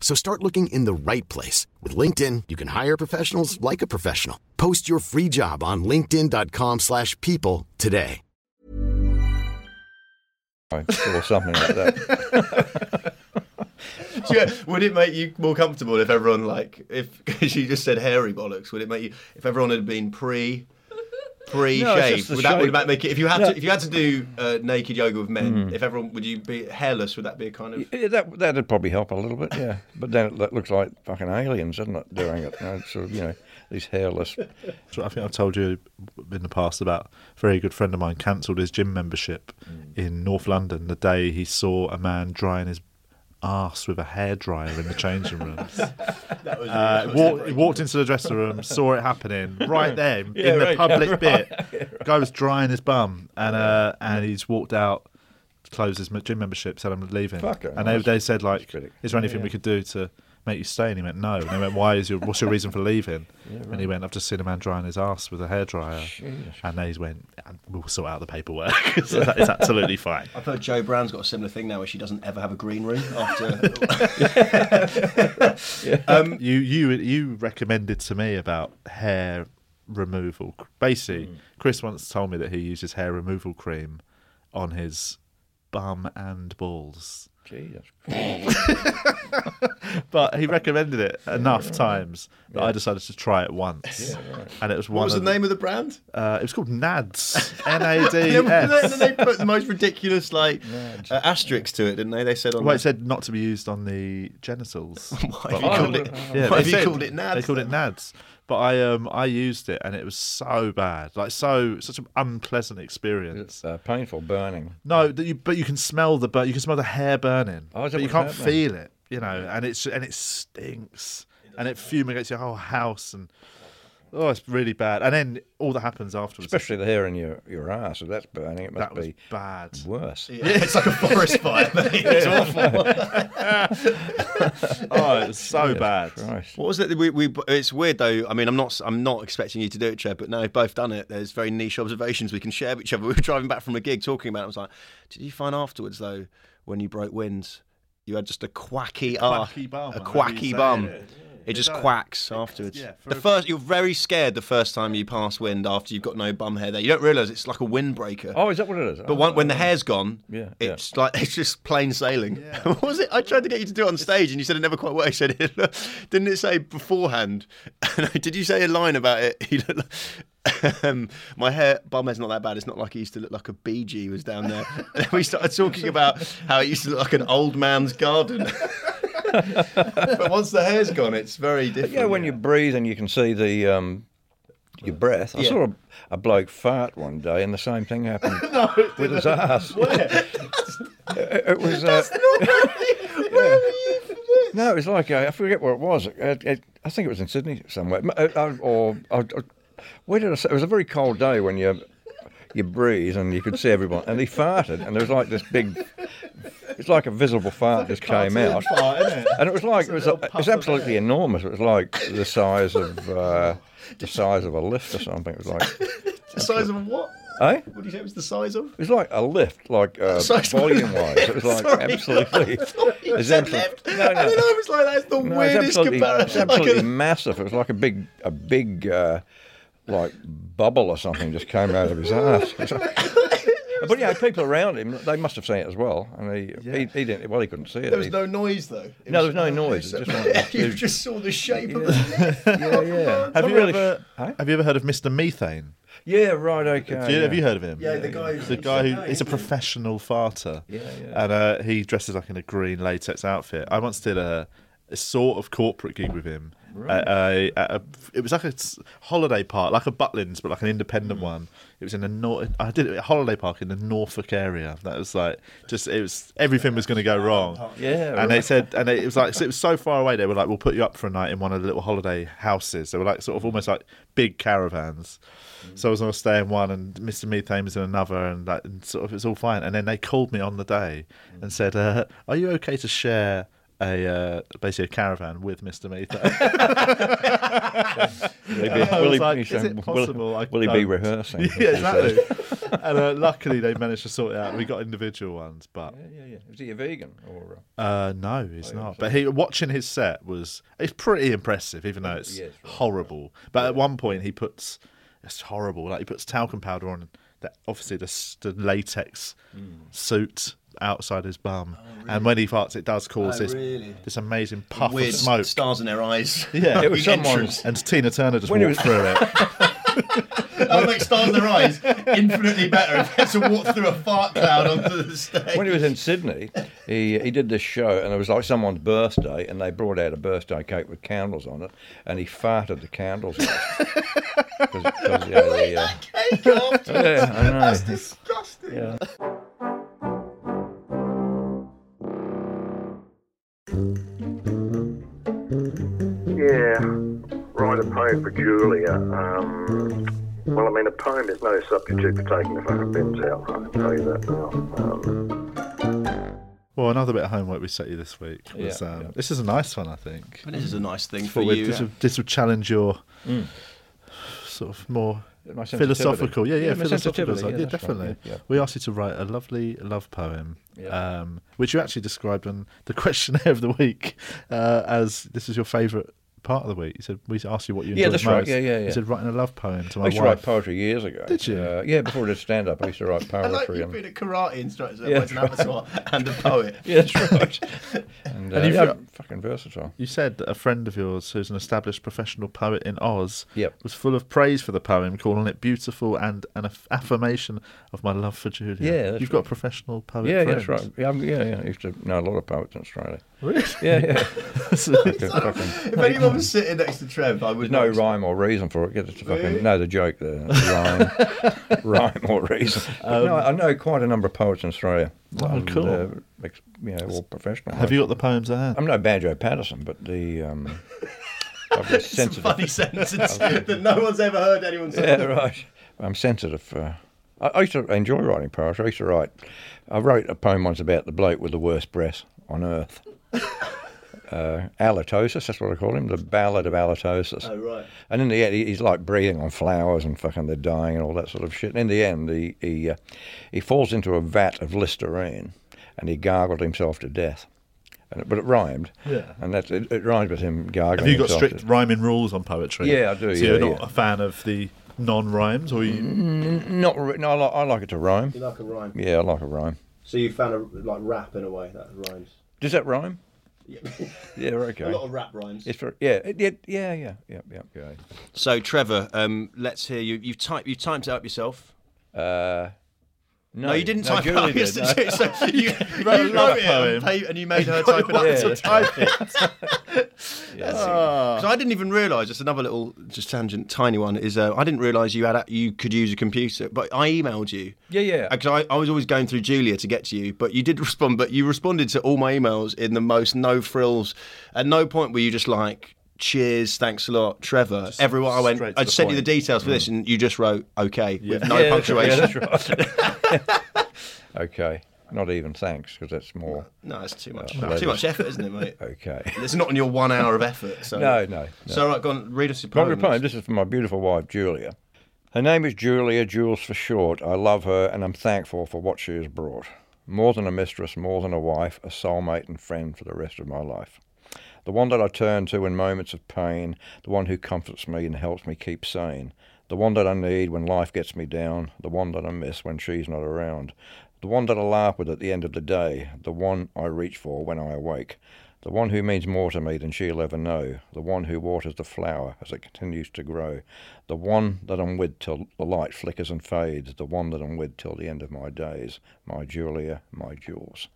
H: So start looking in the right place. With LinkedIn, you can hire professionals like a professional. Post your free job on linkedin.com/people slash people today.
D: or something like that.
B: <laughs> Yeah, would it make you more comfortable if everyone like if <laughs> because you just said hairy bollocks? Would it make you if everyone had been pre pre
D: No, it's
B: shave?
D: just the
B: would that would
D: shape.
B: that make it if you had
D: No.
B: to if you had to do uh, naked yoga with men? If everyone would you be hairless? Would that be a kind of
D: Yeah, that that'd probably help a little bit, yeah. But then it lo- looks like fucking aliens, doesn't it? Doing it, you know, sort of, you know, these hairless.
C: So I think I've told you in the past about a very good friend of mine cancelled his gym membership in North London the day he saw a man drying his arse with a hairdryer in the changing <laughs> rooms. uh, walked, walked into the dressing room, saw it happening right then in the public <laughs> bit. Guy was drying his bum and uh, and he's walked out, closed his gym membership, said I'm leaving.
D: Fucker.
C: and they, they said like,
D: pretty-
C: is there anything we could do to make you stay? And he went, no. And they went, why is your, what's your reason for leaving? And he went, I've just seen a man drying his ass with a hairdryer. And they went, "And we'll sort out the paperwork. <laughs> so that is absolutely fine.
B: I've heard Joe Brown's got a similar thing now where she doesn't ever have a green room <laughs> after.
C: Um, you you you recommended to me about hair removal. Basically, Chris once told me that he uses hair removal cream on his bum and balls.
D: Jesus
C: <laughs> but he recommended it enough times that I decided to try it once, and it was one.
B: What was the
C: of
B: name of the brand?
C: Uh, it was called
B: <laughs>
C: Nads. N A
B: And
C: D
B: then- then
C: S.
B: they put the most ridiculous like uh, asterisks to it, didn't they? They said on
C: Well,
B: <laughs>
C: it
B: the-
C: said not to be used on the
B: <laughs>
C: genitals. Why
B: have you called it- why have you called it Nads
C: They called it Nads. But I um I used it and it was so bad, like so such an unpleasant experience.
D: It's uh, painful, burning.
C: No, that you, but you can smell the burn. You can smell the hair burning,
D: Oh, is that
C: but you
D: what's
C: can't
D: happening?
C: feel it. You know, and it's and it stinks, and it fumigates your whole house, and oh, it's really bad. And then all that happens afterwards.
D: Especially the hair in your, your ass. If that's burning, it must
C: That was
D: be
C: bad.
D: worse.
B: Yeah, <laughs> it's like a forest fire, mate. It's awful.
C: oh, it was so bad.
B: What was it? that We, we it's weird though. I mean, I'm not I'm not expecting you to do it, Chad. But now we've both done it. There's very niche observations we can share with each other. <laughs> We were driving back from a gig talking about. it. I was like, did you find afterwards though when you broke winds, you had just a quacky,
C: Quacky
B: ah,
C: bum, I
B: a
C: remember
B: quacky
C: you
B: bum.
C: saying
B: It,
C: it. It
B: just
C: does.
B: quacks afterwards.
C: yeah, for
B: the
C: a-
B: first, you're very scared the first time you pass wind after you've got no bum hair there. You don't realise it's like a windbreaker.
D: Oh, is that what it is?
B: But one, when the hair's gone,
D: Yeah, yeah.
B: it's like <laughs> it's just plain sailing. <laughs> what was it? I tried to get you to do it on stage, and you said it never quite worked. <laughs> You said, it, look- "Didn't it say beforehand?" <laughs> Did you say a line about it? <laughs> You look like- um, my hair, bum hair's not that bad. It's not like it used to look like a BG was down there. And then we started talking about how it used to look like an old man's garden. <laughs> but once the hair's gone, it's very different.
D: Yeah, when you breathe and you can see the um, your breath. I
B: Yeah.
D: saw a, a bloke fart one day, and the same thing happened with his ass. it, it was. Uh, <laughs> no, it was like uh, I forget where it was. It, it, I think it was in Sydney somewhere, M- uh, uh, or uh, uh, where did I say? It was a very cold day when you you breathe and you could see everyone, and he farted, and there was like this big. It's like a visible fart just came out,
C: fart, isn't it?
D: and it was
C: It's
D: like it
C: a
D: was,
C: little
D: a, it was
C: puff of
D: absolutely
C: air.
D: enormous. It was like the
B: <laughs>
D: size of uh, the size of a lift or something. It was like,
B: the size of what?
D: eh?
B: What do you say it was the size of?
D: It was like a lift, like uh,
B: Sorry,
D: volume wise. It was like
B: Sorry. <laughs>
D: absolutely.
B: I
D: <laughs>
B: thought you
D: it was
B: said
D: absolute-
B: left.
D: No,
B: And
D: no.
B: then I was like, that's the
D: No, it's
B: weirdest
D: absolutely, it's
B: comparison. I
D: absolutely
B: could-
D: massive. It was like a big, a big, uh, like bubble or something just came out of his ass. <laughs> but yeah, people around him, they must have seen it as well, and he, he, he didn't. Well, he couldn't see it.
B: There was
D: He-
B: no noise though. It
D: No, there was no noise. It was just
B: <laughs>
D: like-
B: you just saw the shape of
D: <laughs>
B: it.
D: yeah,
B: <laughs>
D: yeah.
C: Have
D: Not
C: you
D: really
C: ever have you ever heard of Mr. Methane?
D: Yeah, right. Okay.
C: Do you-
D: yeah.
C: Have you heard of him?
B: Yeah, the guy who-
C: the guy
B: Yeah,
C: who
B: yeah.
C: is a professional farter.
D: Yeah, yeah.
C: And uh, he dresses like in a green latex outfit. I once did a, a sort of corporate gig with him. At a, at a, it was like a s- holiday park, like a Butlins, but like an
D: Hmm.
C: independent one. It was in a north. I did it at a holiday park in the Norfolk area. That was like just it was everything was going to go wrong.
D: Yeah,
C: and they
D: right.
C: said, and it was like so it was so far away. They were like, "We'll put you up for a night in one of the little holiday houses." They were like sort of almost like big caravans. So I was going to stay in one, and Mr. Methane was in another, and like and sort of it's all fine. And then they called me on the day and said, uh, "Are you okay to share?" A uh, basically a caravan with Mr. Methane. <laughs>
D: Will he be,
C: And I
D: will
C: was
D: he,
C: like,
D: he
C: "Is
D: said,
C: it
D: will-
C: possible I
D: will he be
C: don't-"
D: <laughs> rehearsing?
C: yeah, exactly. and uh, luckily they managed to sort it out. We got individual ones, but
D: Yeah, yeah, yeah. Is he a vegan or? uh,
C: uh, no, he's not. But he watching his set was it's pretty impressive, even though it's
D: Yes, right,
C: horrible. But at one point he puts it's horrible. Like he puts talcum powder on that obviously the, s- the latex
D: Mm.
C: suit outside his bum,
D: Oh,
C: and when he farts, it does cause
B: Oh,
C: this
B: really?
C: this amazing puff
B: Weird
C: of smoke.
B: stars in their eyes.
C: Yeah,
D: It was
B: The
D: someone- <laughs>
B: entrance.
C: and Tina Turner just
D: When he
C: walked
D: was-
C: through it.
D: <laughs>
B: I'll make stars in their eyes infinitely better if it's to walk through a fart cloud onto the stage.
D: when he was in Sydney, he he did this show, and it was like someone's birthday, and they brought out a birthday cake with candles on it, and he farted the candles. out. 'Cause- 'cause, you know, the, uh,
B: Cake after.
D: yeah, I
B: <laughs>
D: know.
B: That's disgusting.
F: Yeah, write a poem for Julia. Um, well, I mean, a poem is no substitute for taking the fucking bins out. I can tell you that now. Um,
C: Well, another bit of homework we set you this week was
D: Yeah,
C: um,
D: yeah.
C: this is a nice one, I think.
B: But this is a nice thing
C: But
B: for
C: we-
B: you.
C: this, will, this will challenge your sort of more
D: Mm. My sensitivity.
C: philosophical, yeah, yeah,
D: Yeah, my
C: philosophical
D: sensitivity,
C: side.
D: yeah,
C: Yeah,
D: that's right,
C: definitely.
D: yeah, yeah.
C: We asked you to write a lovely love poem, <laughs>
D: Yeah.
C: um, which you actually described on the questionnaire of the week uh, as this is your favourite part of the week. You said we asked you what you
D: Yeah,
C: enjoyed
D: that's
C: most.
D: right. Yeah, yeah, yeah.
C: You said writing a love poem to my
D: I used to write
C: wife.
D: poetry years ago.
C: Did you?
D: Uh, yeah, before I ddid stand up, I used to write
E: I
D: poetry.
E: like you've
D: and-
E: been a karate instructor,
D: Yeah,
E: both an
D: that's
E: amateur and a poet.
D: <laughs> yeah, that's right. And, uh,
C: And you've
D: yeah,
C: got-
D: fucking versatile.
C: You said that a friend of yours, who's an established professional poet in Oz,
D: Yep.
C: was full of praise for the poem, calling it beautiful and an aff- affirmation of my love for Julia.
D: Yeah, that's
C: you've got
D: right.
C: a professional poet.
D: Yeah, yeah,
C: friend.
D: that's right. Yeah, I'm- yeah, yeah. I used to know a lot of poets in Australia.
C: Really?
D: Yeah, yeah.
C: <laughs>
D: Fucking-
E: If anyone was sitting next to Trev, I
D: There's
E: would
D: no
E: not.
D: rhyme or reason for it. Get it to fucking no the joke there. Rhyme,
C: <laughs>
D: rhyme or reason. But no, I know quite a number of poets in Australia.
C: Um, Oh,
D: and,
C: cool.
D: Uh, ex- you know, all professional.
C: Have you got the poems there?
D: I'm no Banjo Patterson, but
C: <laughs>
D: the um, I've got
E: It's a
D: sensitive.
E: funny sentence
B: <laughs>
E: that no one's ever heard anyone say.
D: Yeah, right. I'm sensitive. Uh, I, I used to enjoy writing poetry. I used to write. I wrote a poem once about the bloke with the worst breath
C: <laughs>
D: on earth. Uh, halitosis, that's what I call him, the ballad of halitosis.
E: Oh, right.
D: And in the end, he- he's like breathing on flowers and fucking they're dying and all that sort of shit. And in the end, he he, uh, he falls into a vat of Listerine and he gargled himself to death. And it, but it rhymed.
C: Yeah.
D: And that, it, it rhymed with him gargling
C: Have you got
D: himself
C: strict
D: to-
C: rhyming rules on poetry?
D: Yeah, I do,
C: So you're
D: yeah,
C: not
D: yeah.
C: a fan of the non-rhymes, or you? <laughs>
D: Mm, Not re- no, I like, I like it to rhyme.
E: You like a rhyme.
D: Yeah, I like a rhyme.
E: So you found a like rap in a way that rhymes.
D: Does that rhyme?
E: Yeah.
D: Yeah,
E: <laughs>
D: okay.
E: A lot of rap rhymes.
D: It's for yeah, it- yeah, yeah, yeah, yeah, yeah. Okay.
B: So Trevor, um, let's hear you. You've typed you typed it up yourself.
D: Uh,
B: No, you didn't type it
D: Julie
B: up.
D: did,
E: <laughs>
D: no.
B: so <laughs> you,
E: you
B: wrote
E: wrote
B: a love
E: it
C: poem.
E: on paper and <laughs> you made her type it
C: Yeah.
E: out.
B: <laughs> Because I didn't even realise. Just another little, just tangent, tiny one is. Uh, I didn't realise you had a, you could use a computer, but I emailed you.
D: Yeah, yeah.
B: Because I, I was always going through Julia to get to you, but you did <laughs> respond. But you responded to all my emails in the most no frills. At no point were you just like, "Cheers, thanks a lot, Trevor." Everyone, I went.
C: straight to
B: I
C: the
B: sent you the
C: point.
B: details for this, and you just wrote "Okay"
D: <laughs>
B: with no
D: Mm. Yeah,
B: punctuation.
D: Yeah, that's right.
B: <laughs>
D: okay, not even thanks because that's more
B: No, it's too much.
D: No.
B: Too much effort, isn't it,
D: <laughs>
B: mate?
D: okay.
B: It's not in your one hour of effort. So.
D: No, no, no.
B: So, all right, go on, read us your
D: Not
B: poem.
D: replying. This is from my beautiful wife, Julia. Her name is Julia, Jules for short. I love her and I'm thankful for what she has brought. More than a mistress, more than a wife, a soulmate and friend for the rest of my life. The one that I turn to in moments of pain, the one who comforts me and helps me keep sane, the one that I need when life gets me down, the one that I miss when she's not around, the one that I laugh with at the end of the day, the one I reach for when I awake, the one who means more to me than she'll ever know, the one who waters the flower as it continues to grow, the one that I'm with till the light flickers and fades, the one that I'm with till the end of my days, my Julia, my Jules.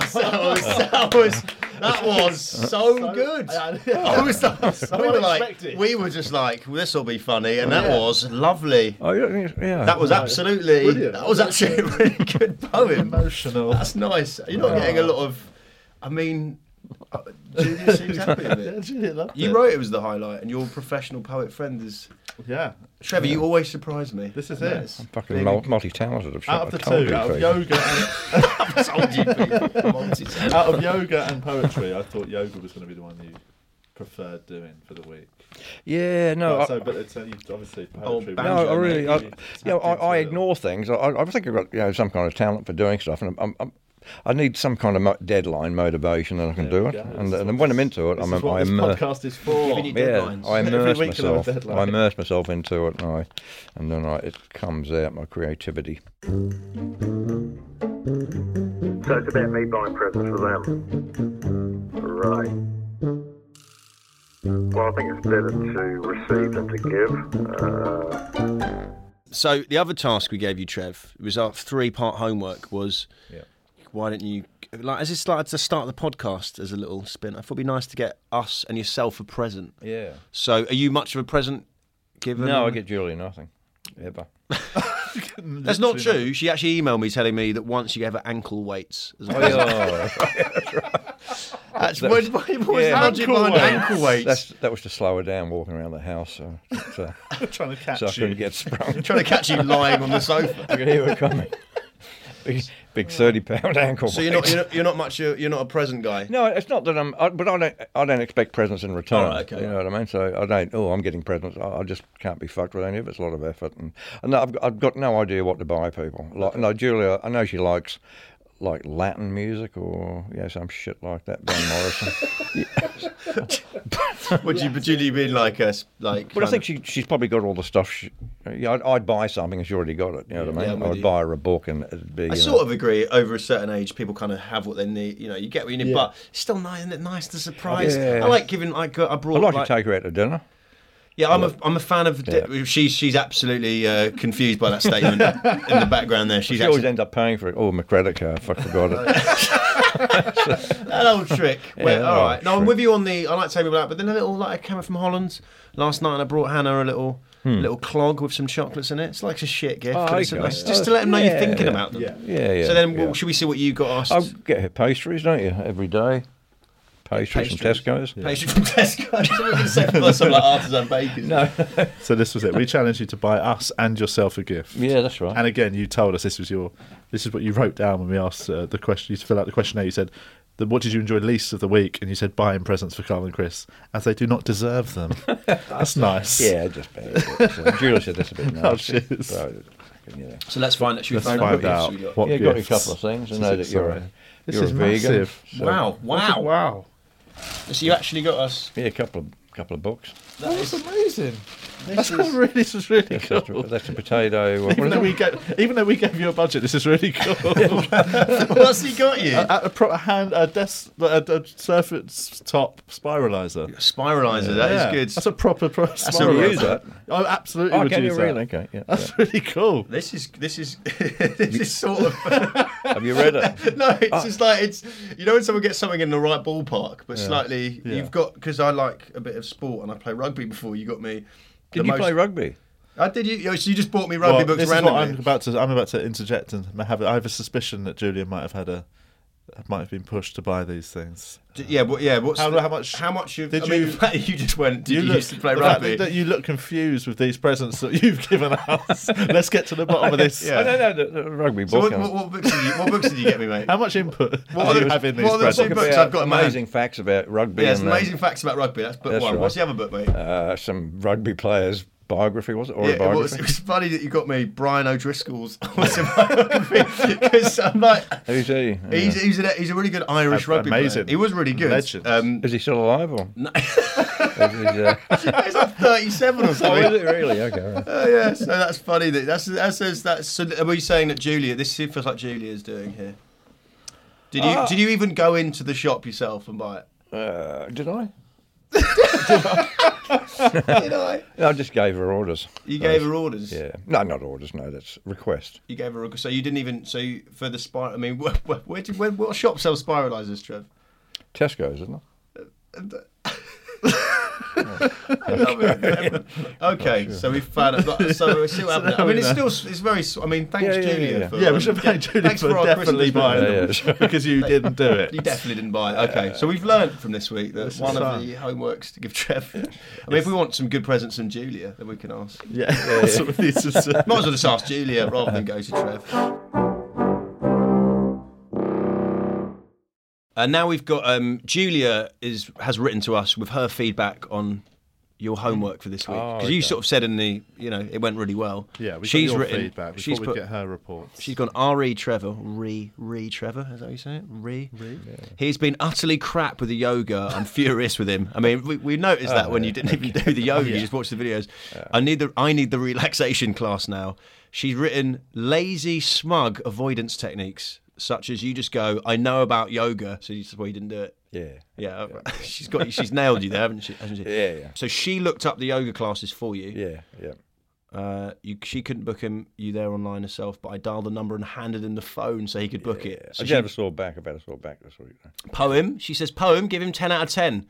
E: that was <laughs> that was so, good. <laughs> I was, we were like,
C: unexpected.
E: we were just like, this will be funny, and that was lovely.
D: Oh, yeah. yeah.
E: That was absolutely,
C: Brilliant.
E: that was actually a really good poem.
C: Emotional.
E: That's nice. You're not getting a lot of, I mean, uh, Julia seems happy with <laughs>
C: Yeah,
E: it.
C: Julia loved
E: You
C: it.
E: wrote it was the highlight, and your professional poet friend is
C: Yeah.
E: Trevor. You always surprise me.
C: This is
E: I know
C: it.
E: it's
D: fucking
E: being
D: mul- multi-talented. I've
C: Out of the
D: I told
C: two,
D: you
C: out of
D: people.
C: yoga, and,
E: a told you people, <laughs> multitask.
C: out of yoga and poetry, I thought yoga was going to be the one you preferred doing for the week.
D: Yeah, no. I-
C: so, but it's, uh, you- obviously
E: Oh,
C: poetry. was-
E: banjo,
D: No, I
E: mate.
D: really, I,
C: You
D: you know, I,
C: tapped
D: I
C: into it.
D: ignore things. I, I I think I've got you know, some kind of talent for doing stuff, and I'm, I'm, I need some kind of mo- deadline motivation, and I can do it.
C: Yeah, this
D: And,
C: is
D: and
C: what
D: when
C: this-
D: I'm into it,
C: this
D: I'm,
C: is what
D: I
C: this
D: immer-
C: podcast is for.
E: you
D: yeah,
E: deadlines.
D: I
C: Every
D: immerse
C: week you'll have
D: myself.
C: a
D: I
C: deadline.
D: immerse myself into it, and I, and then I, it comes out my creativity.
F: So it's about me buying presents for them. Right. Well, I think it's better to receive than to give. Uh,
B: So the other task we gave you, Trev, was our three-part homework. Was
D: Yeah.
B: why didn't you like as it started to start the podcast as a little spin? I thought it'd be nice to get us and yourself a present.
D: Yeah.
B: So are you much of a present giver?
D: No, I get Julie nothing,
C: <laughs>
D: ever.
B: That's not true. She actually emailed me telling me that once you gave her ankle weights. As well. <laughs>
D: yeah.
E: That's what, what, what Oh, was
D: Oh, Yeah.
E: the logic behind ankle weights? <laughs>
D: That's, that was to slow her down walking around the house, uh, so,
C: <laughs> Trying to catch
D: so I
C: you.
D: couldn't get sprung.
E: trying to catch you lying on the sofa.
D: I could hear it coming. Big, big thirty-pound ankle.
E: So you're
D: weight.
E: not you're not, you're not much uh, you're, you're not a present guy.
D: No, it's not that I'm, I, but I don't, I don't expect presents in return.
E: All right, okay.
D: You know what I mean? So I don't. Oh, I'm getting presents. I, I just can't be fucked with any of it. It's a lot of effort, and, and I've, I've got no idea what to buy people. Like, no, Julia, I know she likes like Latin music or yeah, some shit like that. Van Morrison.
B: What do you, but do you mean like us? Like,
D: But I
B: kind
D: think
B: of-
D: she, she's probably got all the stuff. She, yeah, I'd, I'd buy something if she already got it. You know what
B: Yeah,
D: I
B: I'm with
D: mean? I would
B: you.
D: buy her a book and it'd be.
B: I
D: you
B: sort
D: know,
B: of agree. Over a certain age, people kind of have what they need. You know, you get what you need,
D: Yeah.
B: but it's still nice, isn't it? Nice the surprise.
D: Yeah.
B: I like giving. Like, I brought.
D: I'd like, to take her out to dinner.
B: Yeah, I'm a I'm a fan of. She's she's absolutely uh, confused by that statement in the background. There, she's
D: she always
B: actually
D: ends up paying for it. Oh, my credit card. Fuck, forgot it.
B: that old trick.
D: <laughs> Yeah, oh,
B: Where,
D: that
B: all
D: old
B: right, no, I'm with you on the. I like to take people out, but then a little like I came from Holland last night, and I brought Hannah a little
D: Hmm.
B: little clog with some chocolates in it. It's like a shit gift,
D: Oh,
B: but it's a
D: okay.
B: nice- just
D: Oh,
B: to let them know you're
D: yeah,
B: thinking
D: yeah.
B: about them.
D: Yeah. Yeah, yeah,
B: So then,
D: yeah. Oh,
B: well, should we see what you got asked?
D: I get her pastries, don't you? Every day. Pastries, from Tesco's.
B: Pastry from <laughs> Tesco. Someone can say for some like artisan bakers. No.
C: So this was it. We challenged you to buy us and yourself a gift.
D: Yeah, that's right.
C: And again, you told us this was your. This is what you wrote down when we asked uh, the question. You fill out the questionnaire. You said, "The what did you enjoy least of the week?" And you said, "Buying presents for Carl and Chris, as they do not deserve
D: <laughs>
C: them." that's nice.
D: Yeah, just bad. So Julia said that's a bit
C: Oh,
D: nasty.
C: cheers.
D: But, you know.
B: So let's find out. Should we
C: Let's
B: find out
C: find
B: what
C: out
B: gifts we got?
C: what
D: yeah, got a
C: gifts.
D: couple of things. I know
C: This
D: that
C: is
D: you're
C: sorry.
D: a,
C: This
D: you're
C: is
D: a vegan.
C: massive.
D: so-
B: Wow! Oh, Wow!
C: Wow.
B: So you actually got us.
D: Yeah, a couple of couple
B: <laughs>
D: of books.
B: That is,
C: amazing.
B: this
C: That's
B: is
C: really, <laughs> this is really
D: That's,
C: cool.
D: that's, that's a potato. uh, What
C: Even
D: is
C: though,
B: <laughs>
D: it?
C: we gave, even though we gave you a budget, this is really cool.
D: <laughs>
B: what's he got you?
C: a, a, pro, a hand, a desk, a, a surface top spiralizer.
B: Spiralizer. That is
C: Yeah,
B: good.
C: That's a proper pro. That's
B: a real-
C: spiralizer. I absolutely
D: Oh,
C: would
D: can you
C: use
D: really?
C: that.
D: Okay, yeah,
B: <laughs>
C: That's really cool.
B: This is this is <laughs> this is sort of
C: <laughs>
B: <laughs>
D: Have you read it?
B: no. It's just like it's you know when someone gets something in the right ballpark, but slightly
C: Yeah.
B: you've got because I like a bit of sport and I play rugby before. You got me. the
D: Did you
B: most-
D: play rugby?
B: I did. You, so you just bought me
C: Well,
B: rugby books
C: this is what
B: randomly.
C: I'm about to. I'm about to interject and have. I have a suspicion that Julian might have had a, might have been pushed to buy these things.
B: D- yeah, what, yeah. What's
C: How-
B: the-
C: how much-
B: How much of,
C: did
B: I mean, <laughs>
C: you-
B: the fact that you just went? Did you,
C: look-
B: used to <laughs> play
C: the fact
B: rugby?
C: That you look confused with these presents that you've
B: <laughs>
C: given us. Let's get to the bottom of this.
D: <laughs> I don't know the, the rugby
B: so
D: book.
B: what,
D: and-
B: what, what books did you? What books did you get me, <laughs> mate?
C: How much input
B: What
C: do
B: are
C: you
B: the-
C: have in these
B: what are the
C: presents?
B: two
D: Book
B: books
D: about
B: I've got in my hand?
D: amazing facts about rugby.
B: Yeah, it's
D: and, uh,
B: amazing facts about rugby. That's book
D: That's
B: one.
D: right.
B: What's the other book, mate?
D: uh, some rugby players' biography was it or a
B: Yeah, it was,
D: biography?
B: it was funny that you got me Brian O'Driscoll's <laughs> because I'm like
D: Who's he? Yeah.
B: he's he's, a he's a really good Irish
C: A-
B: rugby
C: amazing.
B: player. He was really good.
C: Legend.
B: <laughs> Um,
D: Uh, <laughs> Is uh, he still alive or? No.
B: he's like 37 or
D: oh,
B: something.
D: is it really? Okay. all right.
B: Oh, yeah, so that's funny. That that's that's, that's, that's so are we saying that Julia? This feels like Julia is doing here. Did you did you even go into the shop yourself and buy it?
D: Uh, did I?
B: Did I?
D: No, I just gave her orders.
B: You gave her orders.
D: Yeah. No, not orders. No, that's request.
B: You gave her a so you didn't even so you, for the spiral. I mean, <laughs> where, where, where did where, what shop sells spiralizers, Trev?
D: Tesco's, isn't it?
B: <laughs> Okay, so we've found it. But-
C: <laughs>
B: So we're still having. it. I mean, it's still it's very. s- I mean, thanks,
D: Yeah, yeah,
B: Julia.
D: yeah.
B: For, um,
C: Yeah, we should thank Julia
B: Thanks
C: for,
B: for our
C: definitely
B: Christmas
C: buying
D: present.
C: them <laughs> because you didn't do it.
B: <laughs> You definitely didn't buy it. Okay, so we've learned from this week that
C: is
B: one of
C: fun.
B: the homeworks to give
C: <laughs>
B: Trev. I mean, if we want some good presents from Julia, then we can ask.
C: Yeah, that's what we need to say.
B: <laughs> Might as well just ask Julia rather than go to Trev. And now we've got um, Julia is has written to us with her feedback on your homework for this week
D: Oh,
B: because you
D: okay.
B: sort of said in the you know it went really well.
C: Yeah, we
B: she's
C: got your
B: written.
C: feedback. We
B: she's
C: thought we'd
B: put.
C: get her reports.
B: She's gone re Trevor re re Trevor. Is that how you say it? Re. re? He's been utterly crap with the yoga. I'm furious with him. I mean, we, we noticed that when you didn't even do the yoga, you just watched the videos. I need the I need the relaxation class now. She's written lazy smug avoidance techniques such as you just go. I know about yoga, so you just well you didn't do it.
D: Yeah.
B: Yeah, <laughs> she's got you. She's nailed you there, haven't she? Hasn't she?
D: Yeah, yeah.
B: So she looked up the yoga classes for you.
D: Yeah. Yeah.
B: Uh, you, she couldn't book him you there online herself, but I dialed the number and handed him the phone so he could book it. So
D: I
B: she,
D: gave a sore back. I've had a sore back this week.
B: poem, she says, poem, give him ten out of ten.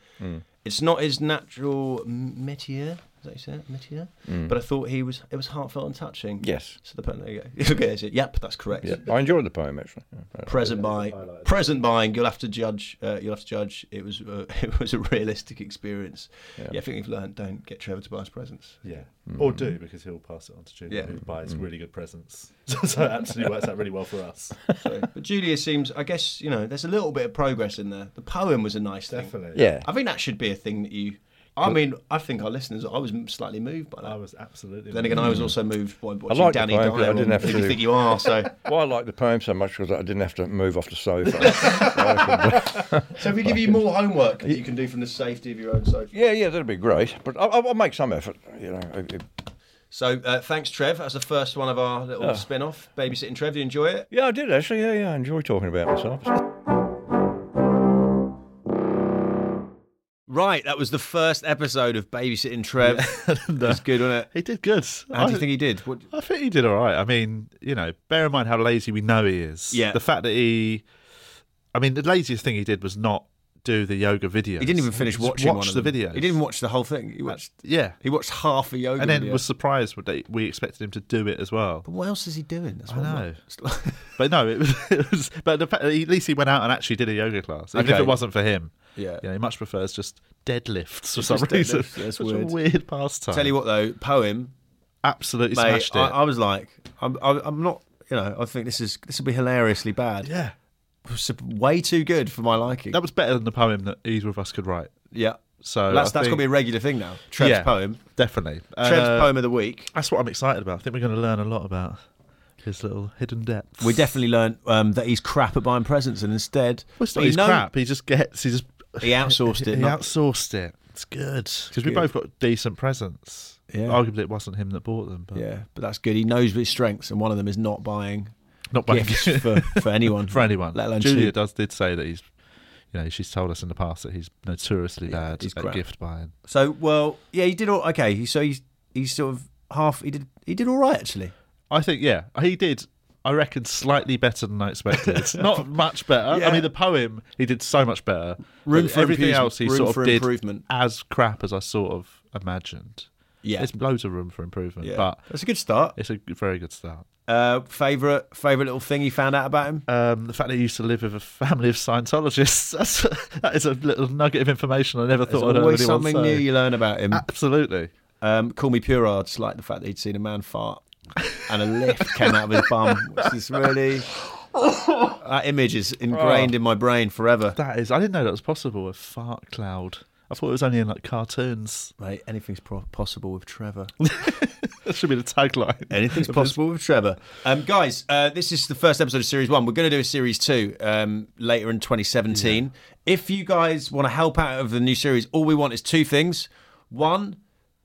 B: It's not his natural m- métier. Is that you say it? Métier? But I thought he was. It was heartfelt and touching.
D: Yes.
B: So the poem. There you go. <laughs> okay. That's it. Yep. That's correct.
D: Yeah. I enjoyed the poem actually.
B: Present buying. Present buying. You'll have to judge. Uh, you'll have to judge. It was. Uh, <laughs> it was a realistic experience. Yeah. I think we've learned. Don't get Trevor to buy us presents.
C: Yeah. Or do because he'll pass it on to Julia,
B: Yeah.
C: who buys really good presents. <laughs> so it actually works out really well for
B: <laughs>
C: us.
B: So, but Julia seems, I guess, you know, there's a little bit of progress in there. The poem was a nice thing.
C: Definitely.
D: Yeah.
B: I think that should be a thing that you. I mean, I think our listeners. I was slightly moved by that. I
C: was absolutely.
B: Then again,
D: moved.
B: I was also moved by
D: I
B: watching
D: like
B: Danny
D: the poem,
B: Dyer.
D: but I didn't
B: on-
D: have to.
B: You think you are? So
D: well, I like the poem so much because I didn't have to move off the sofa. <laughs>
B: So if we give you more homework that you can do from the safety of your own sofa.
D: yeah, yeah, that'd be great. But I, I'll make some effort. You know, If- if-
B: So uh, thanks, Trev. That's the first one of our little
D: Oh.
B: spin-off, babysitting Trev. Did you enjoy it?
D: yeah, I did actually. Yeah, yeah, I enjoy talking about myself.
B: Right, that was the first episode of Babysitting Trev.
D: <laughs>
B: That's good, wasn't it?
C: He did good.
B: How do you
C: I-
B: think he did? What,
C: I think he did all right. I mean, you know, bear in mind how lazy we know he is.
B: Yeah.
C: The fact that he, I mean, the laziest thing he did was not do the yoga video.
B: he didn't even finish watching
C: Watch
B: one of
C: the
B: them.
C: video.
B: He didn't even watch the whole thing. He watched.
C: yeah.
B: he watched half a yoga.
C: and then
B: video.
C: was surprised that we expected him to do it as well.
B: But what else is he doing? That's
C: I
B: what I'm
C: know.
B: like- <laughs>
C: but no, it <laughs> was, it was. But the fact that he- at least he went out and actually did a yoga class, even if
B: Okay.
C: it wasn't for him.
B: Yeah.
C: you know, he much prefers just deadlifts for
B: It's
C: some
B: just
C: reason.
B: deadlifts, yeah, it's
C: Such
B: weird.
C: a weird pastime.
B: Tell you what though, poem
C: absolutely
B: Mate,
C: smashed it.
B: I, I was like, I'm, I, I'm not. You know, I think this is this will be hilariously bad.
C: yeah,
B: It was way too good for my liking.
C: that was better than the poem that either of us could write.
B: yeah,
C: So
B: that's
C: I
B: that's
C: think-
B: gonna be a regular thing now. Trev's
C: Yeah,
B: poem.
C: definitely. And,
B: Trev's
C: uh,
B: poem of the week.
C: That's what I'm excited about. I think we're going to learn a lot about his little hidden depths.
B: We definitely learned um, that he's crap at buying presents, and instead,
C: Well, it's not
B: He
C: his
B: know-
C: crap. He just gets. He just
B: He outsourced
C: <laughs> he,
B: it.
C: he
B: not-
C: outsourced it. It's good because we
B: good.
C: both got decent presents.
B: Yeah.
C: Arguably, it wasn't him that bought them, but
B: yeah, but that's good. He knows his strengths, and one of them is not buying
C: not buying <laughs>
B: gifts <laughs> for, for anyone.
C: for anyone.
B: let alone
C: Julia
B: cheap.
C: does did say that he's, you know, she's told us in the past that he's notoriously bad
B: he's
C: at
B: crap.
C: gift buying.
B: So, well, yeah, he did all okay. He so he's he's sort of half. He did he did all right actually.
C: I think yeah, he did. I reckon slightly better than I expected.
B: <laughs>
C: Not much better.
B: Yeah.
C: I mean, the poem he did so much better.
B: Room
C: But
B: for
C: everything
B: improvement-
C: else he
B: room
C: sort of
B: for
C: did
B: improvement.
C: as crap as I sort of imagined. there's loads of room for improvement,
B: yeah.
C: but
B: that's a good start.
C: it's a very good start.
B: Uh, favorite favorite little thing he found out about him.
C: Um, the fact that he used to live with a family of <laughs> Scientologists—that's that is a little nugget of information I never
B: There's
C: thought I'd
B: always
C: heard anyone
B: something new
C: say.
B: you learn about
C: Uh,
B: him.
C: Absolutely.
B: Um, call me Purards, like the fact that he'd seen a man fart and a lift came out of his bum, which is really. That image is ingrained
C: Oh.
B: in my brain forever.
C: That is, I didn't know that was possible. A fart cloud. I thought it was only in like cartoons. <laughs>
B: Mate, anything's pro- possible with Trevor.
C: That should be the tagline.
B: <laughs> Anything's possible with Trevor. Um, guys, uh, this is the first episode of Series 1. We're going to do a Series 2 um, later in 2017. If you guys want to help out of the new series, all we want is two things. One,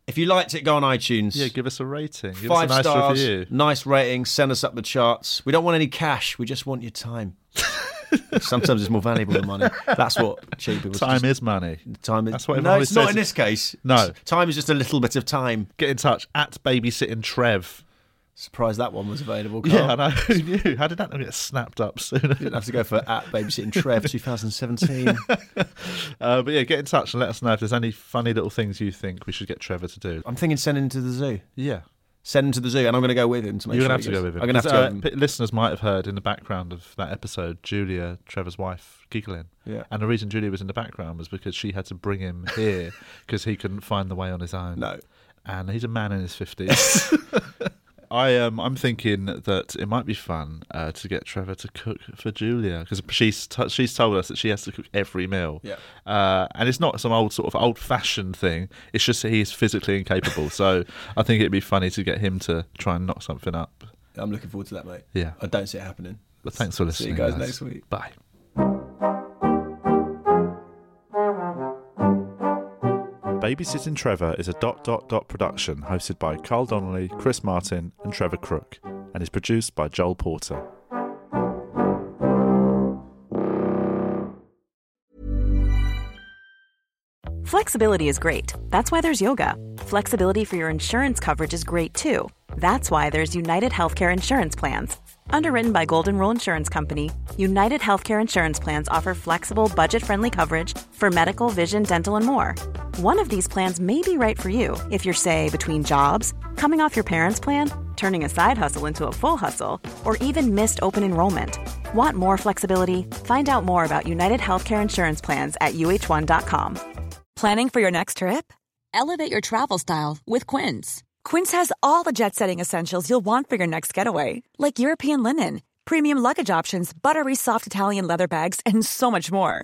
B: if you liked it, go on iTunes.
C: Yeah, give us a rating. Give
B: Five
C: us a nice
B: stars,
C: review.
B: nice rating, send us up the charts. We don't want any cash, we just want your
C: <laughs>
B: time. Sometimes it's more valuable than money. That's what cheap people
C: Time
B: just-
C: is money.
B: Time is
C: That's what
B: no,
C: everyone
B: it's
C: always
B: not
C: says.
B: in this case.
C: No.
B: time is just a little bit of time.
C: Get in touch at babysitting Trev.
B: Surprised that one was available. Carl.
C: Yeah, I know. <laughs> Who knew? How did that get snapped up sooner?
B: Didn't have to go for at babysitting Trev
C: <laughs>
B: 2017.
C: Uh, but yeah, get in touch and let us know if there's any funny little things you think we should get Trevor to do.
B: I'm thinking send him to the zoo.
C: Yeah.
B: Send him to the zoo, and I'm going to go with him to make
C: You're
B: sure
C: going to
B: he
C: have to go
B: goes.
C: with him.
B: I'm going to have to go with
C: Uh,
B: him.
C: p- Listeners might have heard in the background of that episode, Julia, Trevor's wife, giggling.
B: Yeah.
C: And the reason Julia was in the background was because she had to bring him
B: <laughs>
C: here because he couldn't find the way on his own.
B: No.
C: And he's a man in
B: <laughs>
C: his 50s. I um, I'm thinking that it might be fun uh, to get Trevor to cook for Julia because she's t- she's told us that she has to cook every meal.
B: Yeah.
C: Uh, and it's not some old sort of old fashioned thing. It's just that he is physically
B: <laughs>
C: incapable. so I think it'd be funny to get him to try and knock something up.
B: I'm looking forward to that, mate.
C: Yeah.
B: I don't see it happening.
C: But thanks for
B: See
C: listening.
B: you guys next week.
C: Bye. Babysitting Trevor is a dot dot dot production hosted by Carl Donnelly, Chris Martin, and Trevor Crook, and is produced by Joel Porter.
I: Flexibility is great. That's why there's yoga. Flexibility for your insurance coverage is great too. That's why there's United Healthcare Insurance Plans. Underwritten by Golden Rule Insurance Company, United Healthcare Insurance Plans offer flexible, budget friendly coverage for medical, vision, dental, and more. One of these plans may be right for you if you're, say, between jobs, coming off your parents' plan, turning a side hustle into a full hustle, or even missed open enrollment. Want more flexibility? Find out more about United Healthcare Insurance Plans at uh1.com.
J: Planning for your next trip? Elevate your travel style with Quince. Quince has all the jet setting essentials you'll want for your next getaway, like European linen, premium luggage options, buttery soft Italian leather bags, and so much more.